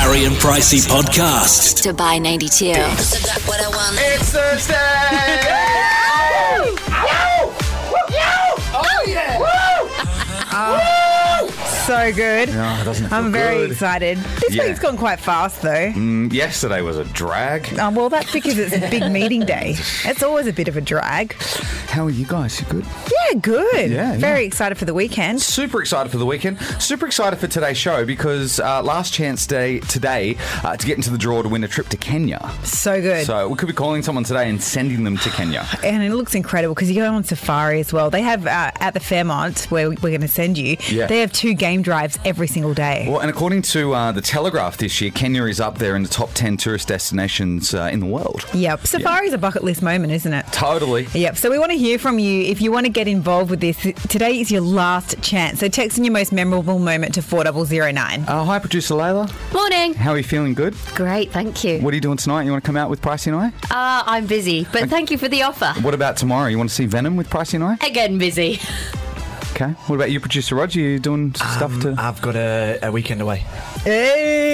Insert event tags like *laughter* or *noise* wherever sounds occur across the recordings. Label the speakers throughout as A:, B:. A: Murray and Pricey podcast.
B: Dubai 92.
C: It's Thursday!
D: So good.
C: it doesn't feel
D: I'm very
C: good.
D: excited. This
C: Yeah. Mm.
D: week's gone quite fast, though.
C: Yesterday was a drag.
D: Oh, well, that's because it's a
C: *laughs*
D: big meeting day. It's always a bit of a drag.
C: How are you guys? You good?
D: Yeah, good.
C: Yeah, yeah.
D: Very excited for the weekend.
C: Super excited for the weekend. Super excited for today's show because uh, last chance day today uh, to get into the draw to win a trip to Kenya.
D: So good.
C: So we could be calling someone today and sending them to Kenya.
D: and it looks incredible because you go on safari as well. They have uh, at the Fairmont, where we're going to send you,
C: Yeah.
D: they have two game drives every single day.
C: Well, and according to uh, the Telegraph this year, Kenya is up there in the top 10 tourist destinations uh, in the world.
D: Yep. Safari's a bucket list moment, isn't it?
C: Totally.
D: Yep. So we want to hear from you. If you want to get involved with this, today is your last chance. So text in your most memorable moment to 4009.
C: Uh, hi, producer Layla.
E: Morning.
C: How are you feeling? Good?
E: Great, thank you.
C: What are you doing tonight? You want to come out with Pricey and I?
E: Uh, I'm busy, but thank you for the offer.
C: What about tomorrow? You want to see Venom with Pricey and I?
E: Again, busy.
C: Okay. What about you, producer Roger? You doing stuff to?
F: I've got a, a weekend away.
D: Hey,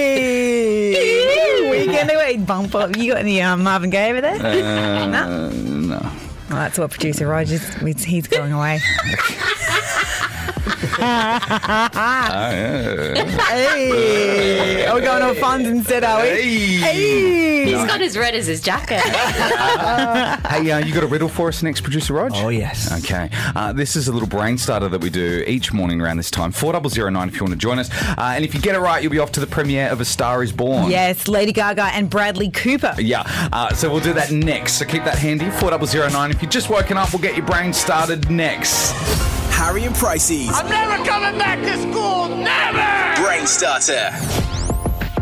D: weekend away bump up. You got any um, Marvin Gaye over there? no.
C: Uh, no.
D: Well, that's what producer Rogers. He's he's going away. *laughs* hey, are we going on funds instead? Are we?
E: He's
D: Hey.
E: got as red as his jacket.
C: Hey, uh, you got a riddle for us next, producer Rog?
F: Oh, yes.
C: Okay. Uh, this is a little brain starter that we do each morning around this time. Four double zero nine if you want to join us. Uh, and if you get it right, you'll be off to the premiere of A Star Is Born.
D: Yes, Lady Gaga and Bradley Cooper.
C: Yeah, uh, so we'll do that next. So keep that handy. Four double zero nine. If you're just woken up, we'll get your brain started next.
G: Harry and Pricey's
H: I'm never coming back to school, never!
G: Brain Starter.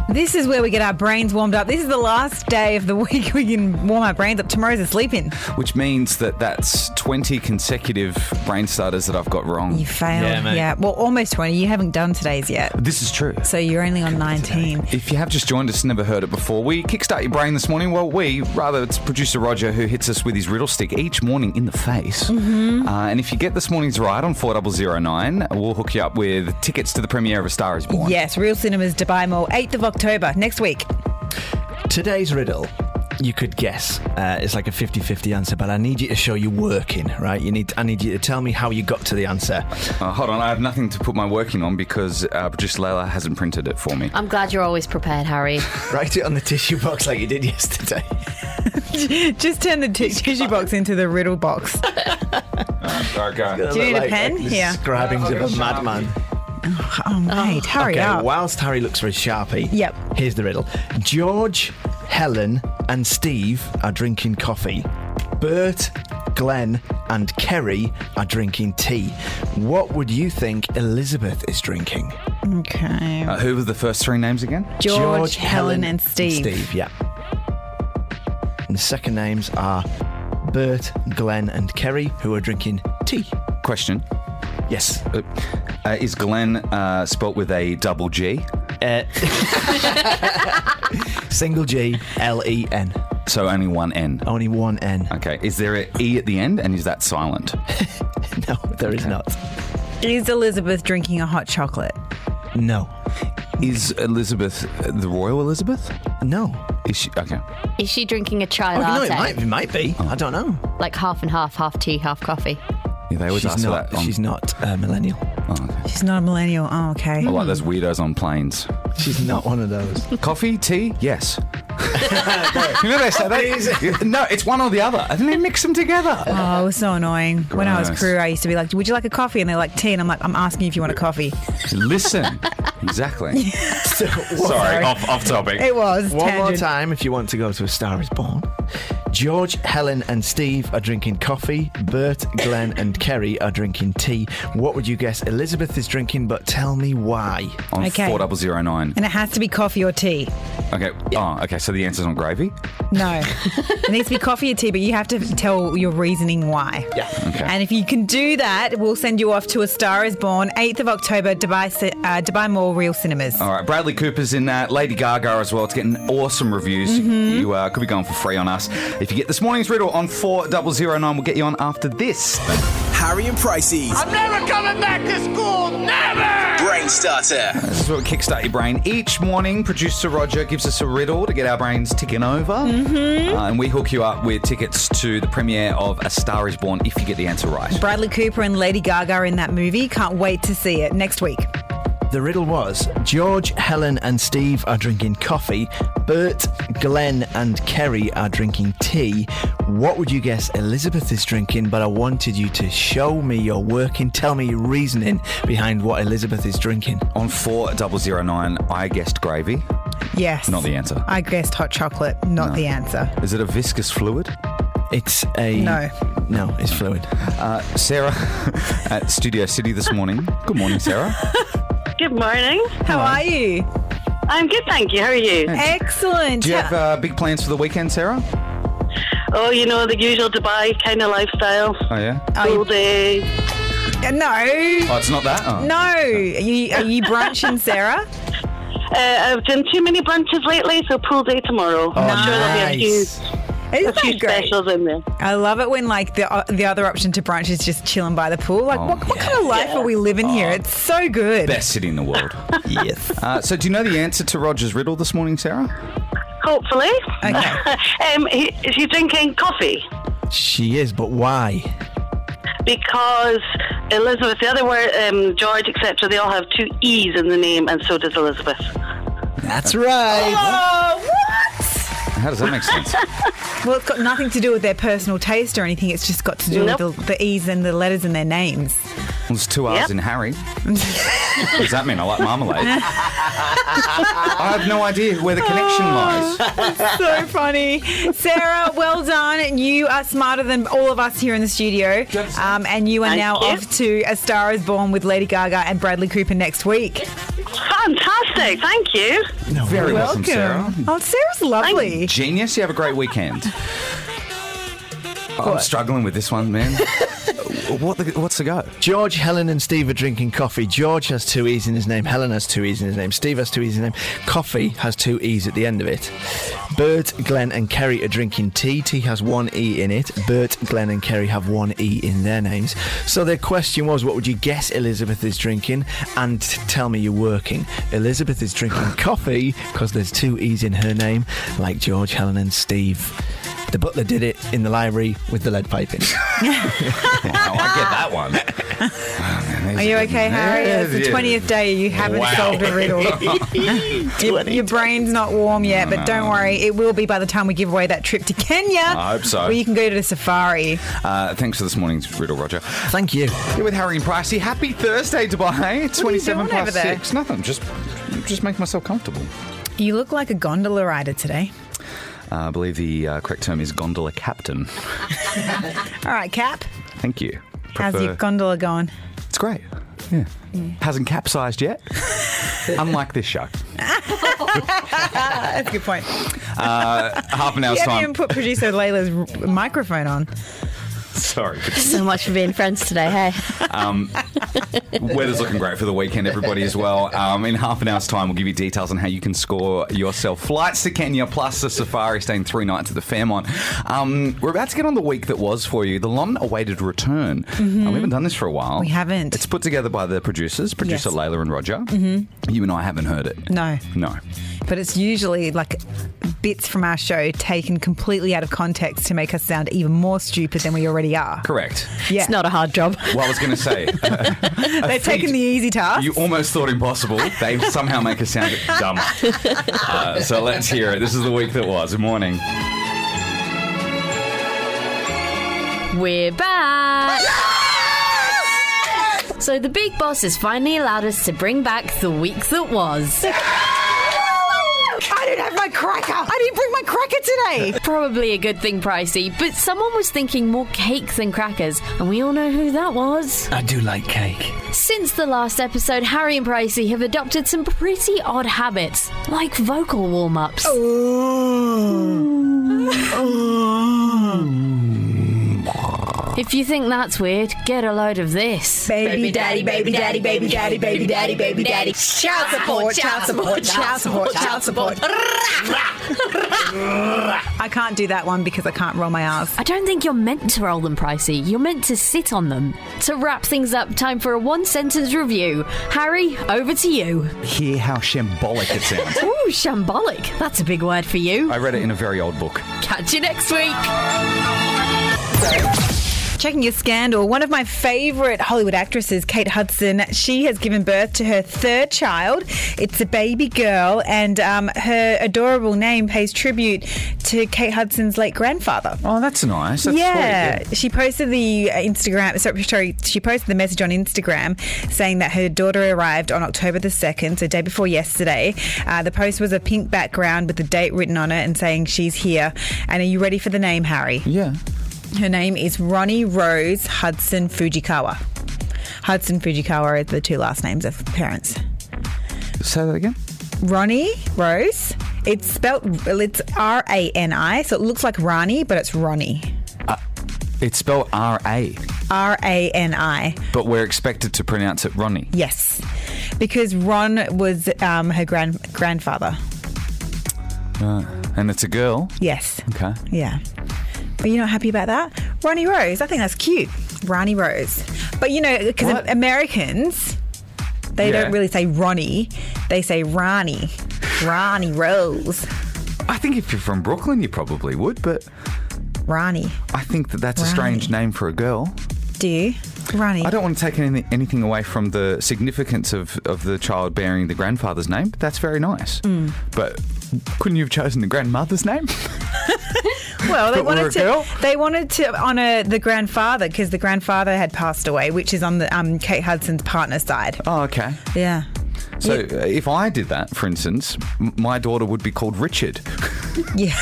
D: This is where we get our brains warmed up. This is the last day of the *laughs* week we can warm our brains up. Tomorrow's a sleep in.
C: Which means that that's 20 consecutive brain starters that I've got wrong.
D: You failed.
F: Yeah, mate.
D: Well, almost 20. You haven't done today's yet.
C: This is true.
D: So you're only on 19.
C: If you have just joined us, never heard it before, we kickstart your brain this morning. Well, we, rather, it's producer Roger who hits us with his riddle stick each morning in the face. Uh, and if you get this morning's right on 4009, we'll hook you up with tickets to the premiere of A Star is Born.
D: Yes, Real Cinemas Dubai Mall, 8th of October, next week. *laughs*
F: Today's riddle, you could guess. Uh, it's like a 50 50 answer, but I need you to show you working, right? You need, I need you to tell me how you got to the answer. *laughs*
C: Uh, hold on, I have nothing to put my working on because uh, producer Layla hasn't printed it for me.
E: *laughs* I'm glad you're always prepared, Harry.
F: Write it on the tissue box like you did yesterday. *laughs*
D: Just turn the t- tissue box into the riddle box.
C: Okay.
D: Do you need a pen?
F: the
D: Yeah.
F: Scribings of a madman.
D: Oh, mate, hurry
F: okay,
D: up.
F: whilst Harry looks for his sharpie,
D: Yep.
F: here's the riddle George, Helen, and Steve are drinking coffee. Bert, Glenn, and Kerry are drinking tea. What would you think Elizabeth is drinking?
D: Okay.
C: Uh, who were the first three names again?
D: George, Helen, and Steve.
F: Steve, yeah. And the second names are Bert, Glenn, and Kerry, who are drinking tea.
C: Question
F: Yes.
C: uh, uh, Is Glenn uh, spelt with a double G?
F: Uh, *laughs* single G, L E N.
C: So only one N.
F: Only one N.
C: Okay, is there an E at the end and is that silent?
F: *laughs* No, there is not.
D: Is Elizabeth drinking a hot chocolate?
F: No.
C: Is Elizabeth uh, the royal Elizabeth?
F: No.
C: Is she okay?
E: Is she drinking a chai
F: Oh, no,
E: latte?
F: it might, it might be.
C: Oh.
F: I don't know.
E: Like half and half, half tea, half coffee.
C: Yeah, they always
F: She's
C: ask for
F: not,
C: that. On,
F: she's not a millennial.
C: oh, okay.
D: She's not a millennial. Oh, okay.
C: I like those weirdos on *laughs* planes.
F: She's not one of those. *laughs*
C: Coffee, tea, *laughs* yes. you know they say that. *laughs* No, it's one or the other, and then they mix them *laughs* together.
D: Oh, it was so annoying. When I was
C: Gross.
D: crew, I used to be like, Would you like a coffee? And they're like, Tea. And I'm like, I'm asking you if you want a coffee.
C: Listen, exactly.
F: So,
C: *laughs*
F: what-
C: Sorry, off *laughs* off topic.
D: It was.
F: One more
D: tangent.
F: time if you want to go to A Star is Born. George, Helen, and Steve are drinking coffee. Bert, Glenn, and Kerry are drinking tea. What would you guess Elizabeth is drinking, but tell me why?
C: On
D: Okay.
C: four double zero nine.
D: And it has to be coffee or tea.
C: Okay. Oh, okay. So the answer's on gravy. *laughs*
D: No. it needs to be coffee or tea, but you have to tell your reasoning why. Yeah.
C: Okay.
D: And if you can do that, we'll send you off to A Star is Born, 8th of October, Dubai, Ci- uh, Dubai Mall Real Cinemas.
C: All right, Bradley Cooper's in that. Lady Gaga as well. It's getting awesome reviews. You uh, could be going for free on us. If you get this morning's riddle on 4009, we'll get you on after this.
G: Harry and Pricey's
H: I'm never coming back to school, never!
G: Brain Starter.
C: This is what kickstart your brain. Each morning, producer Roger gives us a riddle to get our brains ticking over, mm-hmm. and we hook you up with tickets to the premiere of A Star Is Born if you get the answer right.
D: Bradley Cooper and Lady Gaga are in that movie. Can't wait to see it next week.
F: The riddle was George, Helen, and Steve are drinking coffee. Bert, Glenn, and Kerry are drinking tea. What would you guess Elizabeth is drinking? But I wanted you to show me your working, tell me your reasoning behind what Elizabeth is drinking.
C: On four double zero nine, I guessed gravy.
D: Yes.
C: Not the answer.
D: I guessed hot chocolate, not the answer.
C: Is it a viscous fluid?
F: It's a.
D: No.
C: Mm.
F: No, it's fluid.
C: Uh, Sarah *laughs* at Studio City this morning. Good morning, Sarah.
B: Good morning.
D: How are you?
B: I'm good, thank you. How are you?
D: Uh, Excellent.
C: Do you have uh, big plans for the weekend, Sarah?
B: Oh, you know, the usual Dubai kind of lifestyle.
C: Oh yeah.
B: All day.
D: Uh, no.
C: Oh, it's not that. Oh.
D: No. Are you, are you brunching, Sarah?
B: Uh, I've done too many brunches lately, so pool day tomorrow. I'm sure there'll be a few,
F: Nice.
B: a
D: Isn't
B: few
D: that Oh, great?
B: specials in there.
D: I love it when like the uh, the other option to brunch is just chilling by the pool.
B: Oh,
D: Like, what, what kind of life are we living here? It's so good.
C: Best city in the world.
F: Yes.
C: Uh, so, do you know the answer to Roger's riddle this morning, Sarah?
B: Hopefully.
D: Okay.
B: *laughs* um, he, is he drinking coffee?
F: She is, but why?
B: Because Elizabeth, the other word, um, George, etc., they all have two E's in the name, and so does Elizabeth.
F: That's right.
D: Oh, what?
C: How does that make sense?
D: Well, it's got nothing to do with their personal taste or anything. It's just got to do
B: Nope.
D: with the, the E's and the letters in their
B: *laughs*
D: names.
C: Well, It's two R's
B: Yep.
C: in Harry. Does that mean I like marmalade?
D: *laughs*
C: I have no idea where the connection
D: Oh.
C: lies.
D: so funny. Sarah, well done. You are smarter than all of us here in the studio. Um, and you are
B: Thank
D: now
B: you.
D: off to A Star is Born with Lady Gaga and Bradley Cooper next week.
B: Fantastic, thank you.
C: Very welcome, Sarah.
D: Oh, Sarah's lovely.
C: Genius. You have a great weekend. I'm struggling with this one,
D: *laughs*
C: man. what the, what's the go?
F: George, Helen, and Steve are drinking coffee. George has two E's in his name. Helen has two E's in his name. Steve has two E's in his name. Coffee has two E's at the end of it. Bert, Glenn, and Kerry are drinking tea. Tea has one E in it. Bert, Glenn, and Kerry have one E in their names. So their question was, what would you guess Elizabeth is drinking? And t- tell me you're working. Elizabeth is drinking coffee because there's two E's in her name, like George, Helen, and Steve. The butler did it in the library with the lead piping.
C: Oh, I get that one. *laughs* Oh,
D: Are you okay, Harry? It's the 20th day you haven't
C: Wow.
D: solved
C: *laughs*
D: a riddle. your, your brain's not warm yet, but don't worry. It will be by the time we give away that trip to Kenya.
C: I hope so.
D: Where you can go to the safari.
C: Uh, thanks for this morning's riddle, Roger.
F: Thank you.
C: Here with Harry and Pricey. Happy Thursday, Dubai. Twenty-seven
D: doing over
C: plus
D: there?
C: six. Nothing. Just, just make myself comfortable.
D: You look like a gondola rider today.
C: Uh, I believe the uh, correct term is gondola captain.
D: All right, Cap.
C: Thank you.
D: How's
C: Prefer-
D: your gondola going?
C: It's great. Yeah. Hasn't capsized yet. Unlike this show.
D: That's a good point.
C: Half an hour's
D: You haven't
C: time.
D: even put producer Layla's r- microphone on.
C: Sorry.
E: So much for being friends today, hey?
C: Weather's looking great for the weekend, everybody, as well. Um, in half an hour's time, we'll give you details on how you can score yourself flights to Kenya plus a safari staying three nights at the Fairmont. Um, we're about to get on the week that was for you, the long awaited return. Uh, we haven't done this for a while.
D: Mm-hmm. We haven't.
C: It's put together by the producers, producer
D: Yes.
C: Layla and Roger. Mm-hmm. You and I haven't heard it.
D: No.
C: No.
D: But it's usually like bits from our show taken completely out of context to make us sound even more stupid than we already are.
C: Correct.
D: Yeah.
E: It's not a hard job.
C: Well, I was going to say, *laughs*
D: They've taken the easy task.
C: You almost thought impossible. They somehow make us sound
D: *laughs*
C: dumb. Uh, so let's hear it. This is the week that was. Good morning.
E: We're back! So the big boss has finally allowed us to bring back the week that *laughs* was.
D: I didn't have my cracker. I didn't bring my cracker today.
E: Probably a good thing, pricey, but someone was thinking more cake than crackers, and we all know who that was.
F: I do like cake.
E: Since the last episode, Harry and Pricey have adopted some pretty odd habits, like vocal warm ups. If you think that's weird, get a load of this.
D: *laughs* Baby daddy, baby daddy, baby daddy, baby daddy, baby daddy. Child support, child support, child support, child support. I can't do that one because I can't roll my R's.
E: I don't think you're meant to roll them pricey. You're meant to sit on them. To wrap things up, time for a one sentence review. Harry, over to you.
C: Hear how shambolic it sounds.
E: Ooh, shambolic. That's a big word for
C: *laughs*
E: you.
C: I read it in a very old book.
E: Catch you next week.
D: Checking your scandal, one of my favourite Hollywood actresses, Kate Hudson, she has given birth to her third child. It's a baby girl, and um, her adorable name pays tribute to Kate Hudson's late grandfather.
C: Oh, that's nice. That's
D: yeah,
C: sweet.
D: she posted the uh, Instagram. Sorry, sorry, she posted the message on Instagram saying that her daughter arrived on October the second, so day before yesterday. Uh, the post was a pink background with the date written on it and saying she's here. And are you ready for the name, Harry?
C: Yeah.
D: Her name is Ronnie Rose Hudson Fujikawa. Hudson Fujikawa are the two last names of parents.
C: yeah. Say that again.
D: Ronnie Rose. It's spelt well, it's R A N I, so it looks like Rani, but it's Ronnie.
C: It's spelled R A,
D: R A N I.
C: but we're expected to pronounce it Ronnie.
D: Yes, because Ron was um, her grand grandfather.
C: And it's a girl.
D: Yes.
C: Okay.
D: Yeah. But you're not happy about that? Ronnie Rose. I think that's cute. Ronnie Rose. But you know, because
C: What?
D: Americans, they
C: Yeah.
D: don't really say Ronnie, they say Ronnie. Ronnie Rose.
C: I think if you're from Brooklyn, you probably would, but
D: Ronnie.
C: I think that that's a strange name for a girl.
D: Do you? Ronnie.
C: I don't want to take any, anything away from the significance of, of the child bearing the grandfather's name. but That's very nice.
D: Mm.
C: But couldn't you have chosen the grandmother's
D: *laughs*
C: name?
D: Well,
C: But
D: they
C: we're a
D: wanted to.
C: girl.
D: They wanted to honour the grandfather because the grandfather had passed away, which is on the um, Kate Hudson's partner's side.
C: oh, okay.
D: Yeah.
C: So uh, if I did that, for instance, m- my daughter would be called Richard.
D: Yeah.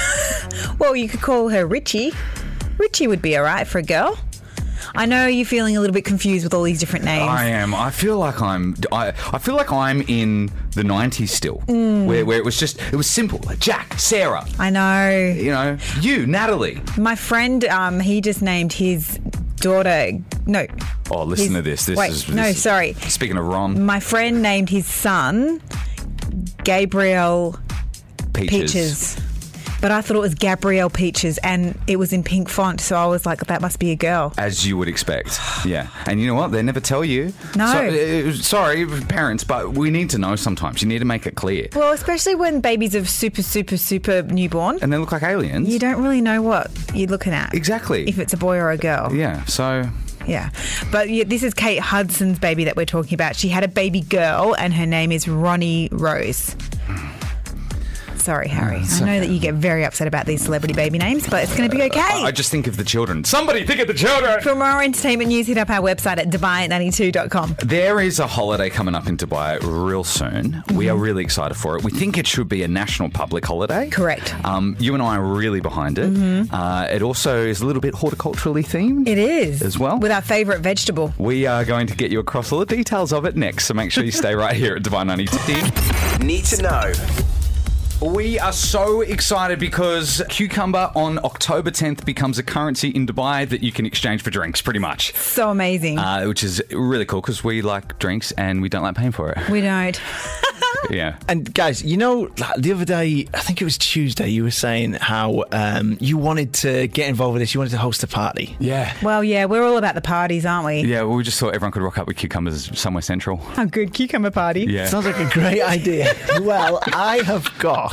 D: well, you could call her Richie. Richie would be all right for a girl. I know you're feeling a little bit confused with all these different names.
C: I am. I feel like I'm. I, I feel like I'm in the '90s still,
D: Mm.
C: where, where it was just it was simple. Like Jack, Sarah,
D: I know.
C: you know, you, Natalie.
D: My friend, um, he just named his daughter. No.
C: Oh, listen
D: his-
C: to this. This
D: wait,
C: is
D: no,
C: this is-
D: sorry.
C: Speaking of Ron,
D: My friend named his son Gabriel
C: peaches.
D: Mm, Peaches. But I thought it was Gabrielle Peaches and it was in pink font, so I was like, that must be a girl.
C: As you would expect, yeah. And you know what? They never tell you.
D: No.
C: So, uh, sorry, parents, but we need to know sometimes. You need to make it clear.
D: Well, especially when babies are super, super, super newborn.
C: And they look like aliens.
D: You don't really know what you're looking at.
C: Exactly.
D: If it's a boy or a girl.
C: yeah. So
D: Yeah. But yeah, this is Kate Hudson's baby that we're talking about. She had a baby girl, and her name is Ronnie Rose. Sorry, Harry. I know that you get very upset about these celebrity baby names, but it's going to be okay.
C: Uh, I, I just think of the children. Somebody think of the children.
D: For more entertainment news, hit up our website at dubai92.com.
C: There is a holiday coming up in Dubai real soon. We
D: Mm-hmm.
C: are really excited for it. We think it should be a national public holiday.
D: Correct. Mm-hmm.
C: Um, you and I are really behind it. Uh, it also is a little bit horticulturally themed.
D: It is.
C: As well?
D: With our favourite vegetable.
C: We are going to get you across all the details of it next, so make sure you
D: *laughs*
C: stay right here at Dubai 92.
G: Need to know.
C: We are so excited because cucumber on October 10th becomes a currency in Dubai that you can exchange for drinks, pretty much.
D: So amazing.
C: Uh, which is really cool because we like drinks and we don't like paying for it.
D: we don't. Ah.
C: Yeah.
F: And guys, you know, like, the other day, I think it was Tuesday, you were saying how um, you wanted to get involved with this. You wanted to host a party.
C: Yeah.
D: Well, yeah, we're all about the parties, aren't we?
C: Yeah, well, we just thought everyone could rock up with cucumbers somewhere central.
D: A good cucumber party.
C: Yeah.
F: Sounds like a great idea. well, I have got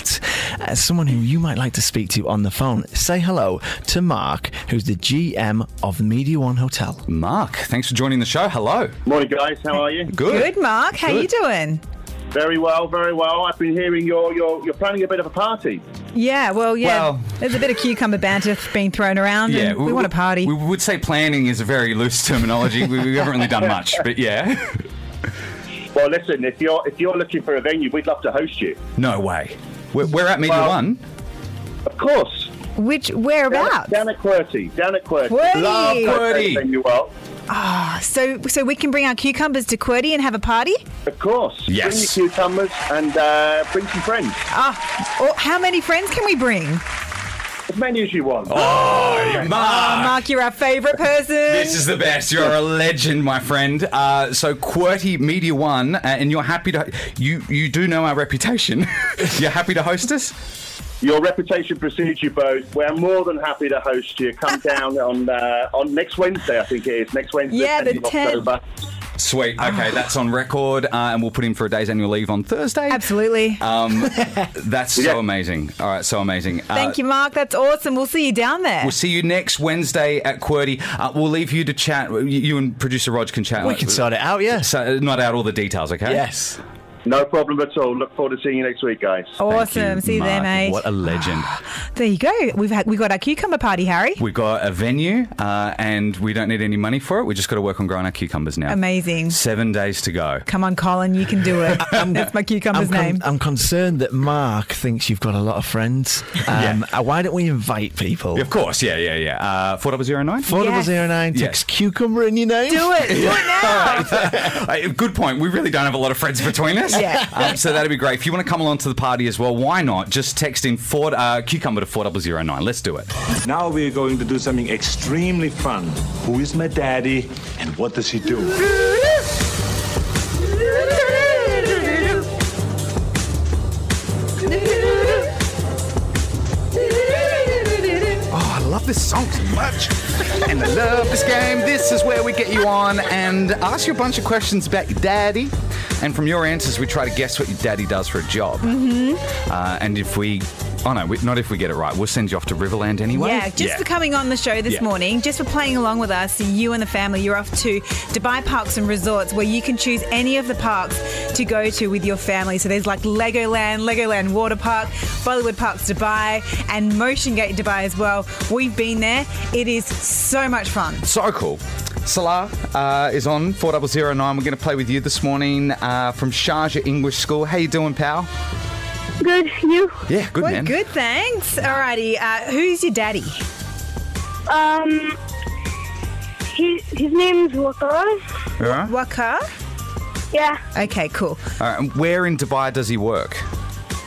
F: uh, someone who you might like to speak to on the phone. Say hello to Mark, who's the GM of Media One Hotel.
C: Mark, thanks for joining the show. Hello.
I: Morning, guys. How are you?
C: Good.
D: Good, Mark. How you
C: Good.
D: doing?
I: Very well, very well. I've been hearing you're, you're, you're planning a bit of a party.
D: Yeah, well, yeah.
C: Well-
D: There's a bit of cucumber banter being thrown around. and we, want a party.
C: We would say planning is a very loose terminology. we, we haven't really done much, but yeah.
I: Well, listen, if you're if you're looking for a venue, we'd love to host you.
C: *laughs* No way. We're, we're at Media
I: Well-
C: One.
I: Of course.
D: Which
I: Down,
D: whereabouts?
I: down at QWERTY. Down at QWERTY.
D: Qwerty. Love
C: QWERTY.
I: Venue well.
D: So, so we can bring our cucumbers to QWERTY and have a party.
I: Of course.
C: Yes.
I: Bring your cucumbers and uh, bring some friends.
D: Ah, or how many friends can we bring?
I: as many as you want.
C: Oh, Mark.
D: Mark, you're our favourite person.
C: This is the best. You're a legend, my friend. Uh, so, Qwerty Media One, uh, and you're happy to you you do know our reputation. *laughs* you're happy to host us.
I: Your reputation precedes you both. We're more than happy to host you.
D: *laughs*
I: Come down on uh, on next Wednesday, I think it is. Next Wednesday,
D: Yeah, the
I: 10th of
D: 10th.
I: October.
C: Sweet. Okay,
D: Ah.
C: that's on record, uh, and we'll put in for a day's annual leave on Thursday.
D: Absolutely.
C: Um, that's so
I: Yeah.
C: amazing. All right, so amazing. Uh,
D: Thank you, Mark. That's awesome. We'll see you down there.
C: We'll see you next Wednesday at QWERTY. Uh, we'll leave you to chat. You- You and producer Rog can chat. Uh,
F: We can sort it out, yes.
C: So, not out all the details, okay?
F: Yes.
I: No problem at all. Look forward to seeing you next week, guys.
D: Oh.
C: Thank
D: awesome. see you there,
C: Mark.
D: mate.
C: What a legend.
D: There you go. We've had, we got our cucumber party, Harry.
C: We've got a venue uh, and we don't need any money for it. We just got to work on growing our cucumbers now.
D: Amazing.
C: Seven days to go.
D: Come on, Colin, you
C: *laughs*
D: can do it. That's my
F: I'm,
D: cucumber's
F: con-
D: name.
F: I'm concerned that Mark thinks you've got a lot of friends. Um, uh, Why don't we invite people?
C: Of course, yeah, yeah, yeah. Uh, 4009?
F: Four double
D: Yes.
F: zero nine
C: Yeah.
F: takes cucumber in your name.
C: *laughs*
D: do it. Do it now.
C: Uh, Good point. We really don't have a lot of friends between us.
D: Yeah.
C: Um, so that'd be great. If you want to come along to the party as well, why not? Just text in Ford, uh, cucumber to 4009. Let's do it.
J: Now we're going to do something extremely fun. Who is my daddy and what does he do?
C: Oh, I love this song so much. and I love this game. This is where we get you on and ask you a bunch of questions about your daddy. And from your answers, we try to guess what your daddy does for a job. Mm-hmm. Uh, and if we, oh no, we, not if we get it right, we'll send you off to Riverland anyway.
D: Yeah, just for coming on the show this
C: Yeah.
D: morning, just for playing along with us, you and the family, you're off to Dubai Parks and Resorts where you can choose any of the parks to go to with your family. So there's like Legoland, Legoland Water Park, Bollywood Parks Dubai, and Motion Gate Dubai as well. We've been there. It is so much fun.
C: So cool. Salah uh, is on 4009. We're going to play with you this morning uh, from Sharjah English School. How you doing, pal?
B: Good, you?
C: Yeah, good
D: well,
C: man.
D: good, thanks. Alrighty, uh, who's your daddy?
B: Um, he, his name's Wakar.
C: All right. All
D: Waka?
B: Yeah,
D: Okay, cool.
C: right. and Where in Dubai does he work?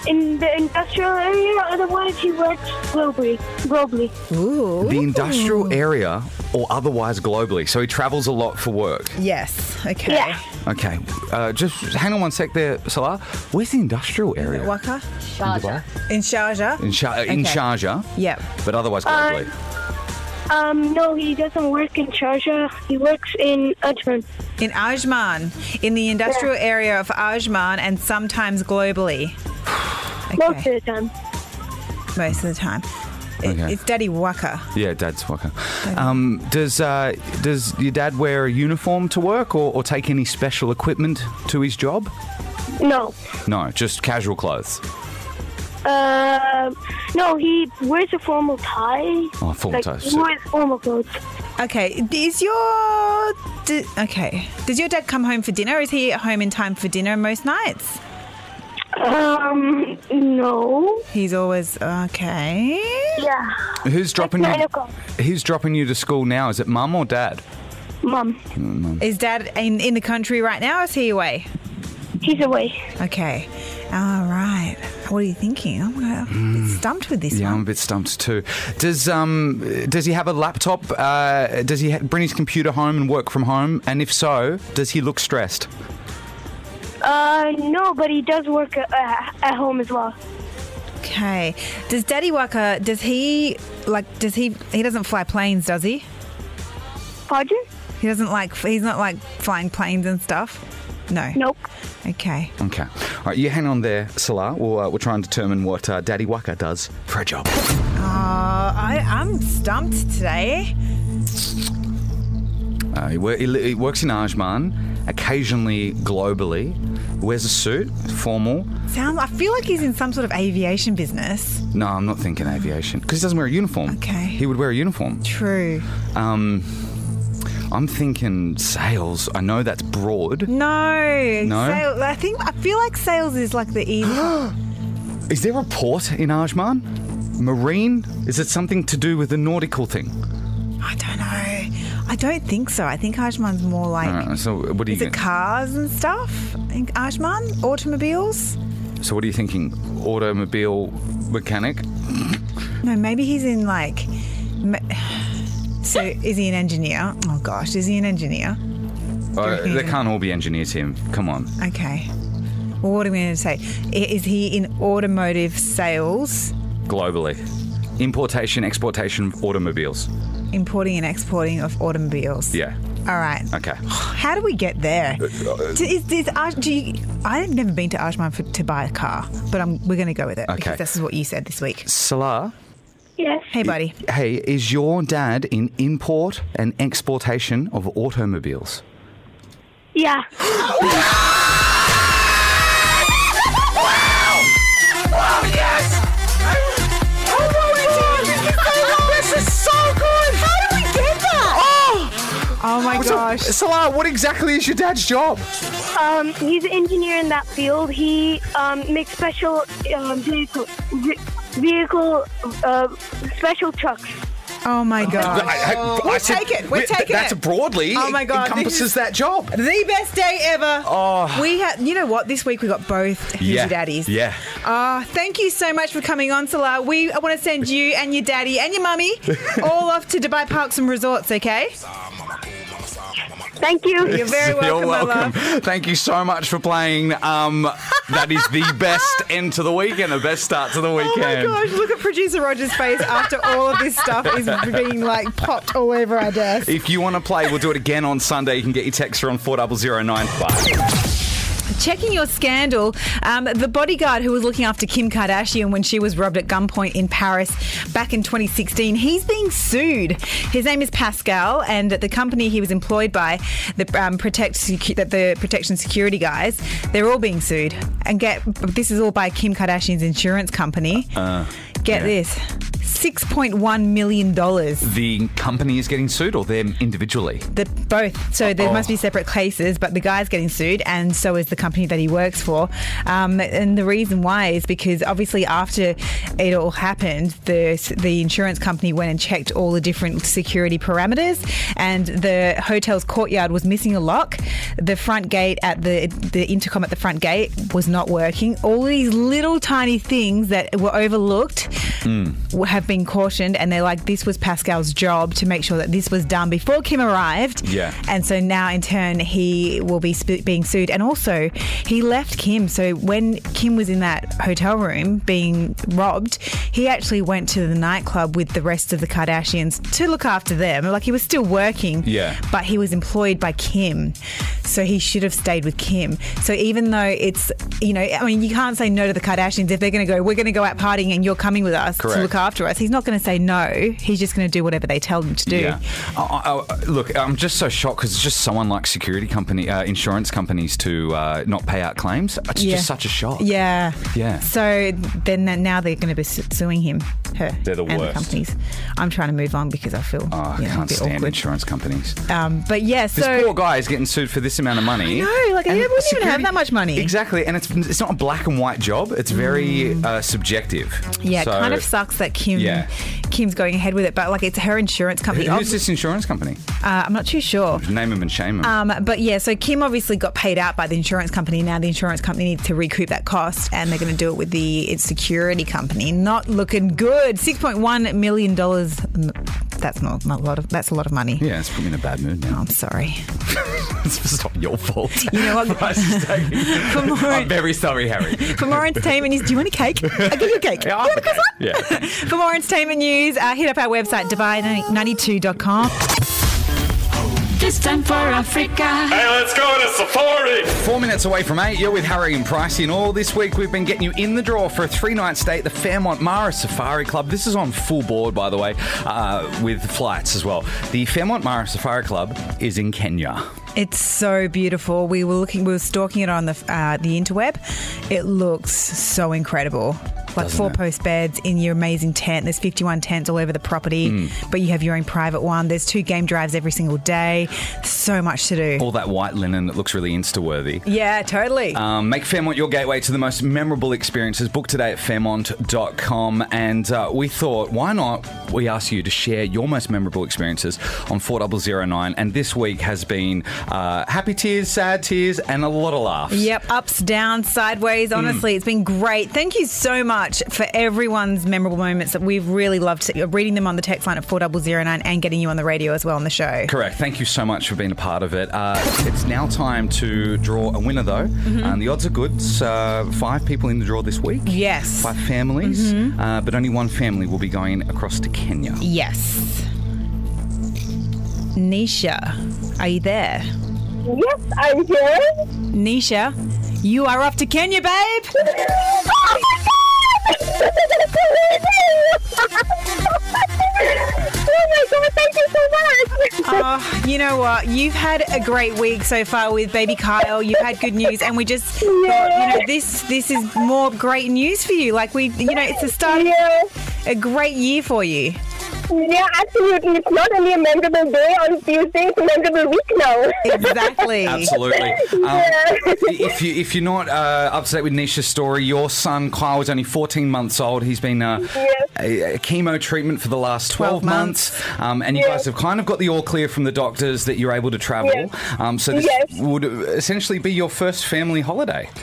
B: in the industrial area. Otherwise, he works globally. Globally.
D: Ooh.
C: The industrial area or otherwise globally. So he travels a lot for work.
D: Yes, okay.
B: Yeah.
C: Okay. Uh, just hang on one sec there, Salah. Where's the industrial area?
D: Waka?
E: Sharjah.
D: In Sharjah?
C: In, Sha- in
D: Okay. Uh,
C: Sharjah,
D: Yep.
C: but otherwise globally.
B: Um, no, he doesn't work in Sharjah. He works in Ajman.
D: In Ajman, in the industrial area of Ajman, and sometimes globally. *sighs*
B: Most of the time.
D: Most of the time. It-
C: Okay.
D: It's Daddy Waka.
C: yeah, Dad's working. Um, does uh, does your dad wear a uniform to work or, or take any special equipment to his job?
B: No.
C: No, just casual clothes.
B: Uh, no, he wears a formal tie.
C: Oh, formal
B: like,
C: ties,
B: He
C: so-
B: wears formal clothes.
D: Okay, is your. d okay. Does your dad come home for dinner? Is he at home in time for dinner most nights?
B: Um, no.
D: He's always. Okay.
B: Yeah,
C: Who's dropping
B: nine
C: you?
B: o'clock.
C: Who's dropping you to school now? Is it mum or dad?
B: mum.
D: Is dad in, in the country right now? Or is he away?
B: He's away.
D: Okay. All right. What are you thinking? I'm, uh, a bit stumped with this
C: Mm. Yeah, I'm a
D: one.
C: bit stumped too. Does um does he have a laptop? Uh, does he ha- bring his computer home and work from home? And if so, does he look stressed?
B: Uh, no, but he does work at, at home as well.
D: Okay. Does Daddy Waka, does he, like, does he, he doesn't fly planes, does he?
B: Pardon?
D: He doesn't like. He's not like flying planes and stuff. No.
K: *laughs*
B: Nope.
D: Okay.
C: Okay. All right, you hang on there, Salah. We'll uh, we'll try and determine what uh, Daddy Waka does for a job.
D: Uh, I, I'm stumped today.
C: Uh, he, wor- he, li- he works in Ajman, occasionally globally. Wears a suit, formal.
D: Sounds. I feel like he's in some sort of aviation business.
C: No, I'm not thinking aviation because he doesn't wear a uniform.
D: Okay.
C: He would wear a uniform.
D: True.
C: Um, I'm thinking sales. I know that's broad.
D: No.
C: No?
D: Sale- I think. I feel like sales is like the easy.
C: Is there a port in Ajman? Marine? Is it something to do with the nautical thing?
D: I don't know. I don't think so. I think Ajman's more like.
C: Uh, so what are you?
D: Is it cars and stuff? I think Ajman, automobiles.
C: so what are you thinking? Automobile mechanic?
D: No, maybe he's in like. ma- *sighs* So is he an engineer? Oh gosh, is he an engineer?
C: Uh,
D: reckon
C: they
D: he's-
C: can't all be engineers, Tim. Come on.
D: Okay. Well, what am I going to say? I- Is he in automotive sales,
C: Globally. Importation, exportation of automobiles.
D: importing and exporting of automobiles?
C: Yeah.
D: All right.
C: Okay.
D: *sighs* How do we get there?
C: uh,
D: Do, is, is, Ar- do you, I've never been to Arshman for, to buy a car, but I'm, we're going to go with it
C: Okay.
D: because this is what you said this week.
C: Salah,
K: Yes.
D: Hey, buddy.
C: hey, is your dad in import and exportation of automobiles? *gasps*
K: Yeah.
H: Oh, yes! Oh, my God! This is so good! How did we get that? Oh!
D: Oh
C: *laughs*
D: my gosh.
C: Salah, what exactly is your dad's job?
K: Um, he's an engineer in that field. He um, makes special um, vehicle, ve- vehicle uh, special trucks.
C: *laughs*
D: Oh my
C: I-
D: gosh.
C: I- I
D: we're
C: said-
D: taking it. We're
C: th-
D: taking
C: that's
D: it.
C: broadly
D: Oh my God.
C: encompasses
D: this is
C: that job.
D: The best day ever.
C: Oh.
D: We had, you know what? This week we got both Who's
C: Yeah.
D: Your daddies.
C: Yeah.
D: Oh, thank you so much for coming on, Salah. We I want to send you and your daddy and your mummy all off to Dubai Parks and Resorts, okay?
K: Thank you.
D: You're very welcome,
C: You're
D: my love.
C: welcome. Thank you so much for playing. Um, that is
D: *laughs*
C: the best end to the week and the best start to the
D: Oh my
C: weekend.
D: gosh, look at producer Roger's face after all of this stuff is being like popped all over our desk.
C: If you want to play, we'll do it again on Sunday. You can get your text on 4009.
D: Checking your scandal, um, the bodyguard who was looking after Kim Kardashian when she was robbed at gunpoint in Paris back in 2016, he's being sued. His name is Pascal, and the company he was employed by, the um, protect secu- that the protection security guys, they're all being sued. And get this is all by Kim Kardashian's insurance company.
C: Uh,
D: Get
C: yeah.
D: this, six point one million dollars.
C: The company is getting sued or them individually?
D: The, both. So there
C: Oh.
D: must be separate cases, but the guy's getting sued, and so is the company that he works for. Um, and the reason why is because obviously after it all happened, the the insurance company went and checked all the different security parameters, and the hotel's courtyard was missing a lock. The front gate at the the intercom at the front gate was not working. All these little tiny things that were overlooked
C: Hmm.
D: w- have been cautioned, and they're like, this was Pascal's job to make sure that this was done before Kim arrived.
C: Yeah.
D: And so now, in turn, he will be sp- being sued. And also, he left Kim. So when Kim was in that hotel room being robbed, he actually went to the nightclub with the rest of the Kardashians to look after them. Like he was still working.
C: Yeah.
D: But he was employed by Kim. So he should have stayed with Kim. So even though it's, you know, I mean, you can't say no to the Kardashians if they're going to go, we're going to go out partying and you're coming with us
C: Correct.
D: to look after us. He's not going to say no. He's just going to do whatever they tell him to do.
C: Yeah. I, I, I- look, I'm just so shocked because it's just someone like security company, uh, insurance companies to uh, not pay out claims. It's
D: Yeah.
C: just such a shock.
D: Yeah.
C: Yeah.
D: So then that- now they're going to be su- suing him, her.
C: They're the
D: and
C: worst.
D: The companies. I'm trying to move on because I feel
C: Oh, I
D: you know, a
C: can't
D: bit
C: stand
D: awkward.
C: insurance companies.
D: Um, but yeah,
C: This
D: so
C: poor guy is getting sued for this amount of money.
D: no, like I
C: And
D: wouldn't even have
C: security-
D: that much money.
C: Exactly, and it's it's not a black and white job. It's very uh, subjective.
D: Mm. Yeah, it
C: So-
D: kind of sucks that Kim
C: Yeah.
D: Kim's going ahead with it, but like it's her insurance
C: Who-
D: company.
C: Who's this insurance company?
D: Uh, I'm not too sure.
C: Name him and shame him.
D: Um, but yeah, so Kim obviously got paid out by the insurance company. Now the insurance company needs to recoup that cost, and they're going to do it with the it's security company. Not looking good. Six point one million dollars. That's not, not a lot of. That's a lot of money. Oh,
C: yeah, it's put me in a bad mood now. *laughs*
D: I'm sorry.
C: it's not your fault.
D: You know what?
C: *laughs* Price is taken.
D: *laughs* For more-
C: I'm very sorry, Harry.
D: For more entertainment news, do you want a cake? I'll give you a cake.
C: Yeah,
D: You want a
C: okay.
D: croissant?
C: Yeah.
D: For more entertainment news, uh, hit up our website, divide92.com.
E: This time for Africa.
H: Hey, let's go to Safari!
C: Four minutes away from eight, you're with Harry and Pricey, and all this week we've been getting you in the draw for a three night stay at the Fairmont Mara Safari Club. This is on full board, by the way, uh, with flights as well. The Fairmont Mara Safari Club is in Kenya.
D: It's so beautiful. We were looking, we were stalking it on the uh, the interweb. It looks so incredible. Like
C: Doesn't
D: four
C: it?
D: post beds in your amazing tent. There's 51 tents all over the property,
C: Hmm.
D: but you have your own private one. There's two game drives every single day. So much to do.
C: All that white linen that looks really Insta worthy.
D: Yeah, totally.
C: Um, make Fairmont your gateway to the most memorable experiences. Book today at fairmont.com. And uh, we thought, why not we ask you to share your most memorable experiences on 4009. And this week has been uh, happy tears, sad tears, and a lot of laughs. Hmm.
D: Yep, ups, downs, sideways. Honestly, it's been great. Thank you so much. much for everyone's memorable moments that we've really loved reading them on the text line at 4009 and getting you on the radio as well on the show.
C: Correct. Thank you so much for being a part of it. Uh, it's now time to draw a winner, though.
D: Mhm.
K: Mm-hmm.
C: Um, the odds are good. It's, Uh, five people in the draw this week.
D: Yes.
C: Five families,
D: Mhm.
K: Mm-hmm.
C: uh, but only one family will be going across to Kenya.
D: Yes. Nisha, are you there?
K: Yes, I'm here.
D: Nisha, you are off to Kenya, babe.
K: *laughs* oh my god, thank you so much.
D: Oh, you know what? You've had a great week so far with baby Kyle. You've had good news, and we just thought, you know, this this is more great news for you. Like we, you know, it's the start of a great year for you.
K: Yeah, absolutely. It's not only a memorable day on Tuesday, it's a memorable week now.
D: Exactly.
K: *laughs*
C: Absolutely. Um,
D: Oh,
K: Yeah.
C: if you if you're not uh, up to date with Nisha's story, your son Kyle is only 14 months old. He's been uh, a, a chemo treatment for the last 12,
D: 12
C: months, Um, and you
D: Yeah.
C: guys have kind of got the all clear from the doctors that you're able to travel.
K: Yes.
C: Um, so this
K: Yes.
C: would essentially be your first family holiday.
K: *laughs*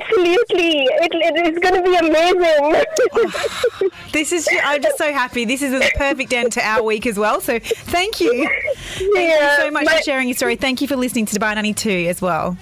K: Absolutely. It, it, it's going to be
D: Oh,
K: amazing.
D: This is. I'm just so happy. This is the perfect end to our week as well. So thank you. Thank
K: *laughs* Yeah,
D: you so much
K: my-
D: for sharing your story. Thank you for listening to Dubai 92 as well.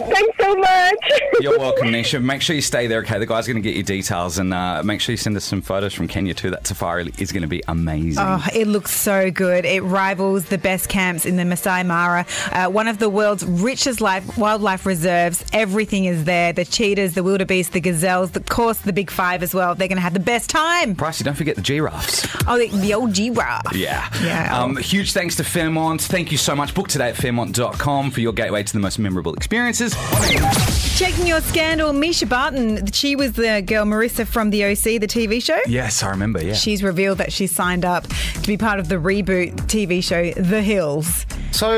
K: Thanks so much. *laughs*
C: You're welcome, Nisha. Make sure you stay there, okay? The guy's going to get your details, and uh, make sure you send us some photos from Kenya too. That safari is going to be amazing.
D: Oh, it looks so good. It rivals the best camps in the Masai Mara, uh, one of the world's richest life, wildlife reserves. Everything is there the cheetahs, the wildebeest, the gazelles, the, of course, the big five as well. They're going to have the best time.
C: Pricey, don't forget the giraffes.
D: Oh, the, the old giraffe.
C: Yeah.
D: Yeah.
C: Um, huge thanks to Fairmont. Thank you so much. Book today at fairmont.com for your gateway to the most memorable experiences.
D: Checking your scandal, Misha Barton. She was the girl Marissa from the OC, the TV show.
C: Yes, I remember, yeah.
D: She's revealed that she signed up to be part of the reboot TV show The Hills.
C: So,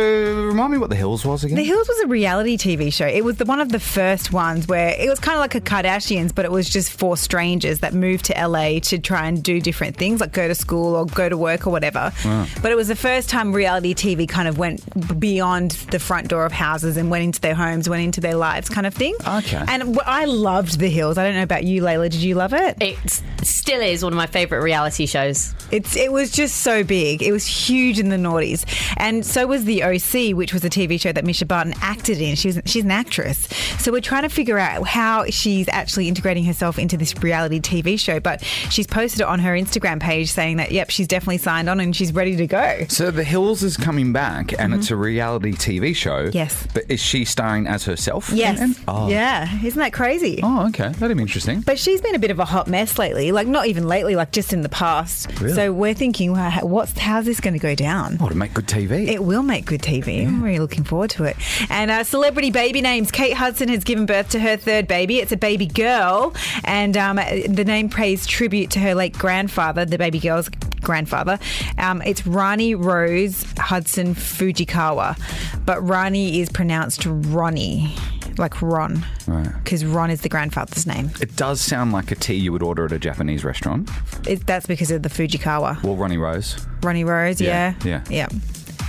C: remind me what The Hills was again?
D: The Hills was a reality TV show. It was the one of the first ones where it was kind of like a Kardashians, but it was just four strangers that moved to LA to try and do different things, like go to school or go to work or whatever.
L: Wow.
D: But it was the first time reality TV kind of went beyond the front door of houses and went into their homes, went into their lives, kind of thing.
E: Okay.
D: And w- I loved The Hills. I don't know about you, Layla. Did you love it?
E: It still is one of my favourite reality shows.
D: It's it was just so big. It was huge in the noughties. And so was the OC, which was a TV show that Misha Barton acted in. She was she's an actress. So we're trying to figure out how she's actually integrating herself into this reality TV show. But she's posted it on her Instagram page saying that yep, she's definitely signed on and she's ready to go.
C: So, The Hills is coming back, and
D: Mhm.
C: it's a reality TV show.
D: Yes.
C: But is she starring as herself?
D: Yes.
C: Oh.
D: Yeah. Isn't that crazy?
C: Oh, okay. That'd be interesting.
D: But she's been a bit of a hot mess lately. Like not even lately, like just in the past.
C: Really?
D: So we're thinking, well, how- what's how's this going to go down?
C: Oh, to make good TV.
D: It will make good TV. I'm really looking forward to it. And uh, celebrity baby names. Kate Hudson has given birth to her third baby. It's a baby girl. And um, the name pays tribute to her late grandfather, the baby girl's grandfather. Um, it's Rani Rose Hudson Fujikawa. But Rani is pronounced Ronnie, like Ron,
C: Right.
D: because Ron is the grandfather's name.
C: It does sound like a tea you would order at a Japanese restaurant.
D: It, that's because of the Fujikawa.
C: Well, Ronnie Rose.
D: Ronnie Rose, yeah.
C: Yeah.
D: Yeah.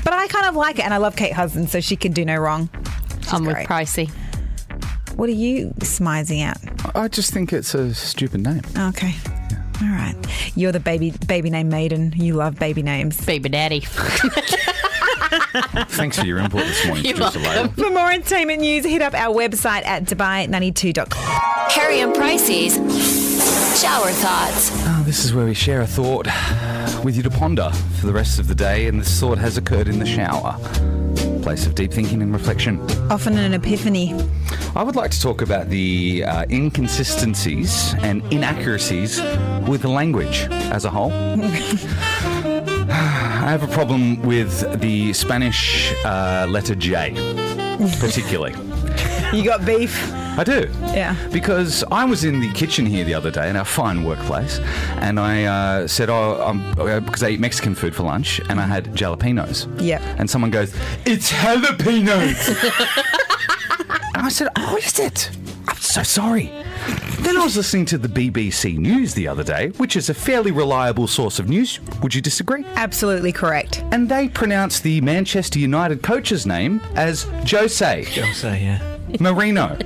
D: But I kind of like it, and I love Kate Hudson, so she can do no wrong. I'm with
E: Pricey.
D: What are you smizing at?
C: I just think it's a stupid name.
D: Okay. All right. You're the baby baby name maiden. You love baby names.
E: Baby daddy.
C: Thanks for your input this morning,
D: You're
C: producer Layla.
D: For more entertainment news, hit up our website at dubai92.com.
L: Harry and Pricey's shower thoughts.
C: Ah, this is where we share a thought with you to ponder for the rest of the day, and this thought has occurred in the shower. Place of deep thinking and reflection.
D: Often an epiphany.
C: I would like to talk about the uh, inconsistencies and inaccuracies with language as a whole. *sighs* I have a problem with the Spanish uh, letter J, particularly.
D: you got beef?
C: I do.
D: Yeah.
C: Because I was in the kitchen here the other day in our fine workplace, and I uh, said, "Oh, I'm, uh, because I eat Mexican food for lunch, and I had jalapenos."
D: Yep.
C: And someone goes, "It's jalapenos." and I said, "Oh, is it? I'm so sorry." Then I was listening to the BBC News the other day, which is a fairly reliable source of news. Would you disagree?
D: Absolutely correct.
C: And they pronounced the Manchester United coach's name as Jose.
D: *laughs*
C: Jose, yeah. Marino.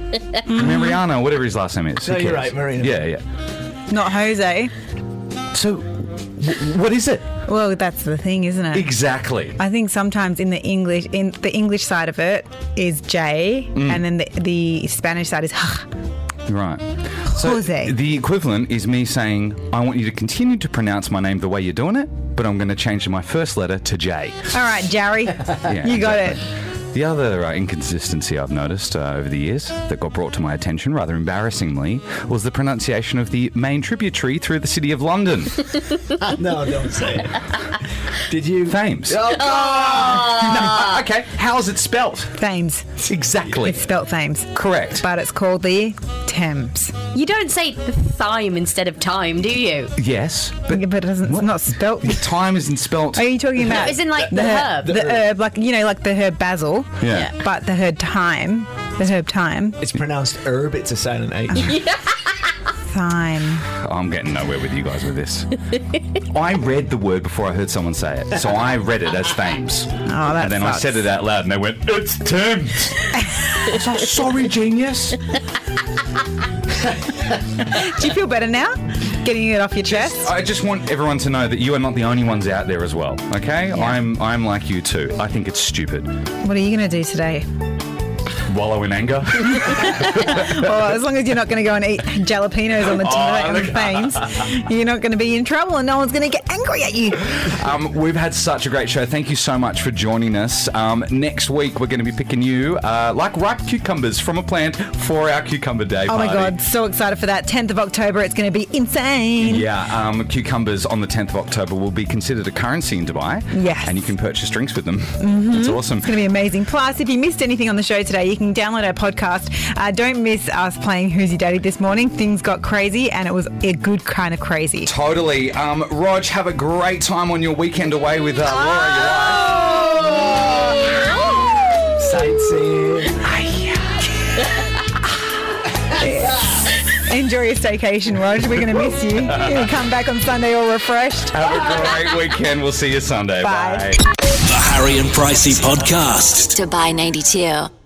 C: Mariano, whatever his last name is.
F: No,
C: Who
F: you're
C: cares?
F: right, Marino.
C: Yeah, yeah.
D: Not Jose.
C: So, what is it?
D: Well, that's the thing, isn't it?
C: Exactly.
D: I think sometimes in the English, in the English side of it is J,
C: Mm.
D: and then the, the Spanish side is H.
C: Right. So
D: Jose.
C: the equivalent is me saying, I want you to continue to pronounce my name the way you're doing it, but I'm going to change my first letter to J.
D: All right, *laughs* Jerry,
C: Yeah,
D: Uh, you got
C: exactly. The other uh, inconsistency I've noticed uh, over the years that got brought to my attention rather embarrassingly was the pronunciation of the main tributary through the city of London. *laughs*
H: no, don't say it.
C: Did you? Thames.
H: Oh,
C: No, uh, okay, how's it spelt?
D: Thames.
C: Exactly.
D: It's spelt Thames.
C: Correct.
D: But it's called the Thames.
E: You don't say thyme instead of time, do you?
C: Yes, but,
D: but it doesn't, it's not
C: *laughs*
D: spelt.
C: Time isn't spelt. *laughs*
D: Are you talking about?
E: No, as in, like, the herb.
D: The,
E: The
D: herb, like you know, like the herb basil.
C: Yeah.
D: But the herb thyme, the herb thyme,
C: It's pronounced herb, it's a silent H.
D: thyme.
C: I'm getting nowhere with you guys with this. I read the word before I heard someone say it, so I read it as Thames. Oh,
D: that
C: And then I
D: sucks.
C: said it out loud, and they went, "It's Thames." So sorry, genius.
D: Do you feel better now? Getting it off your chest.
C: I just want everyone to know that you are not the only ones out there as well. Okay, I'm I'm like you too. I think it's stupid.
D: What are you going to do today?
C: Wallow in
D: *laughs*
C: anger.
D: well, as long as you're not going to go and eat jalapenos on the
C: Oh,
D: toilet on the
C: look.
D: Thames, you're not going to be in trouble, and no one's going to get angry at you.
C: Um, we've had such a great show. Thank you so much for joining us. Um, next week, we're going to be picking you uh, like ripe cucumbers from a plant for our Cucumber Day
D: Oh my
C: party.
D: god, so excited for that! 10th of October, it's going to be insane.
C: Yeah, um, cucumbers on the 10th of October will be considered a currency in Dubai.
D: Yes.
C: And you can purchase drinks with them.
D: Mhm.
C: That's awesome.
D: It's going to be amazing. Plus, if you missed anything on the show today, you can download our podcast. Uh, don't miss us playing Who's Your Daddy this morning. Things got crazy, and it was a good kind of crazy.
C: Totally. Um, Rog, have a great time on your weekend away with uh, Laura, your wife.
D: Oh. Enjoy your staycation, Rog. We're going to miss you. You're going to come back on Sunday all refreshed.
C: Have a great weekend. We'll see you Sunday. Bye.
A: The Harry and Pricey Podcast.
L: To buy 92.